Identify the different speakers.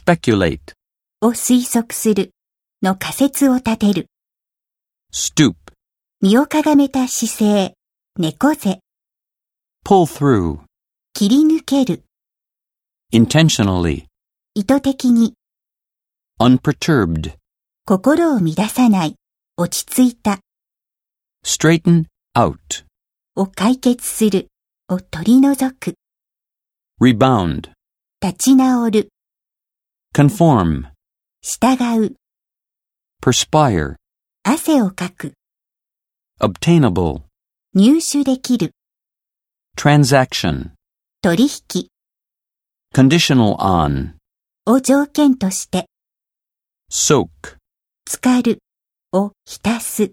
Speaker 1: speculate,
Speaker 2: を推測するの仮説を立てる。
Speaker 1: stoop,
Speaker 2: 身をかがめた姿勢、猫背、
Speaker 1: pull through,
Speaker 2: 切り抜ける、
Speaker 1: intentionally,
Speaker 2: 意図的に、
Speaker 1: unperturbed,
Speaker 2: 心を乱さない、落ち着いた、
Speaker 1: straighten out,
Speaker 2: を解決する、を取り除く、
Speaker 1: rebound,
Speaker 2: 立ち直る、
Speaker 1: conform,
Speaker 2: 従う、
Speaker 1: perspire,
Speaker 2: 汗をかく、
Speaker 1: obtainable,
Speaker 2: 入手できる、
Speaker 1: transaction,
Speaker 2: 取引
Speaker 1: conditional on,
Speaker 2: を条件として、
Speaker 1: soak.
Speaker 2: 浸かる、を浸す。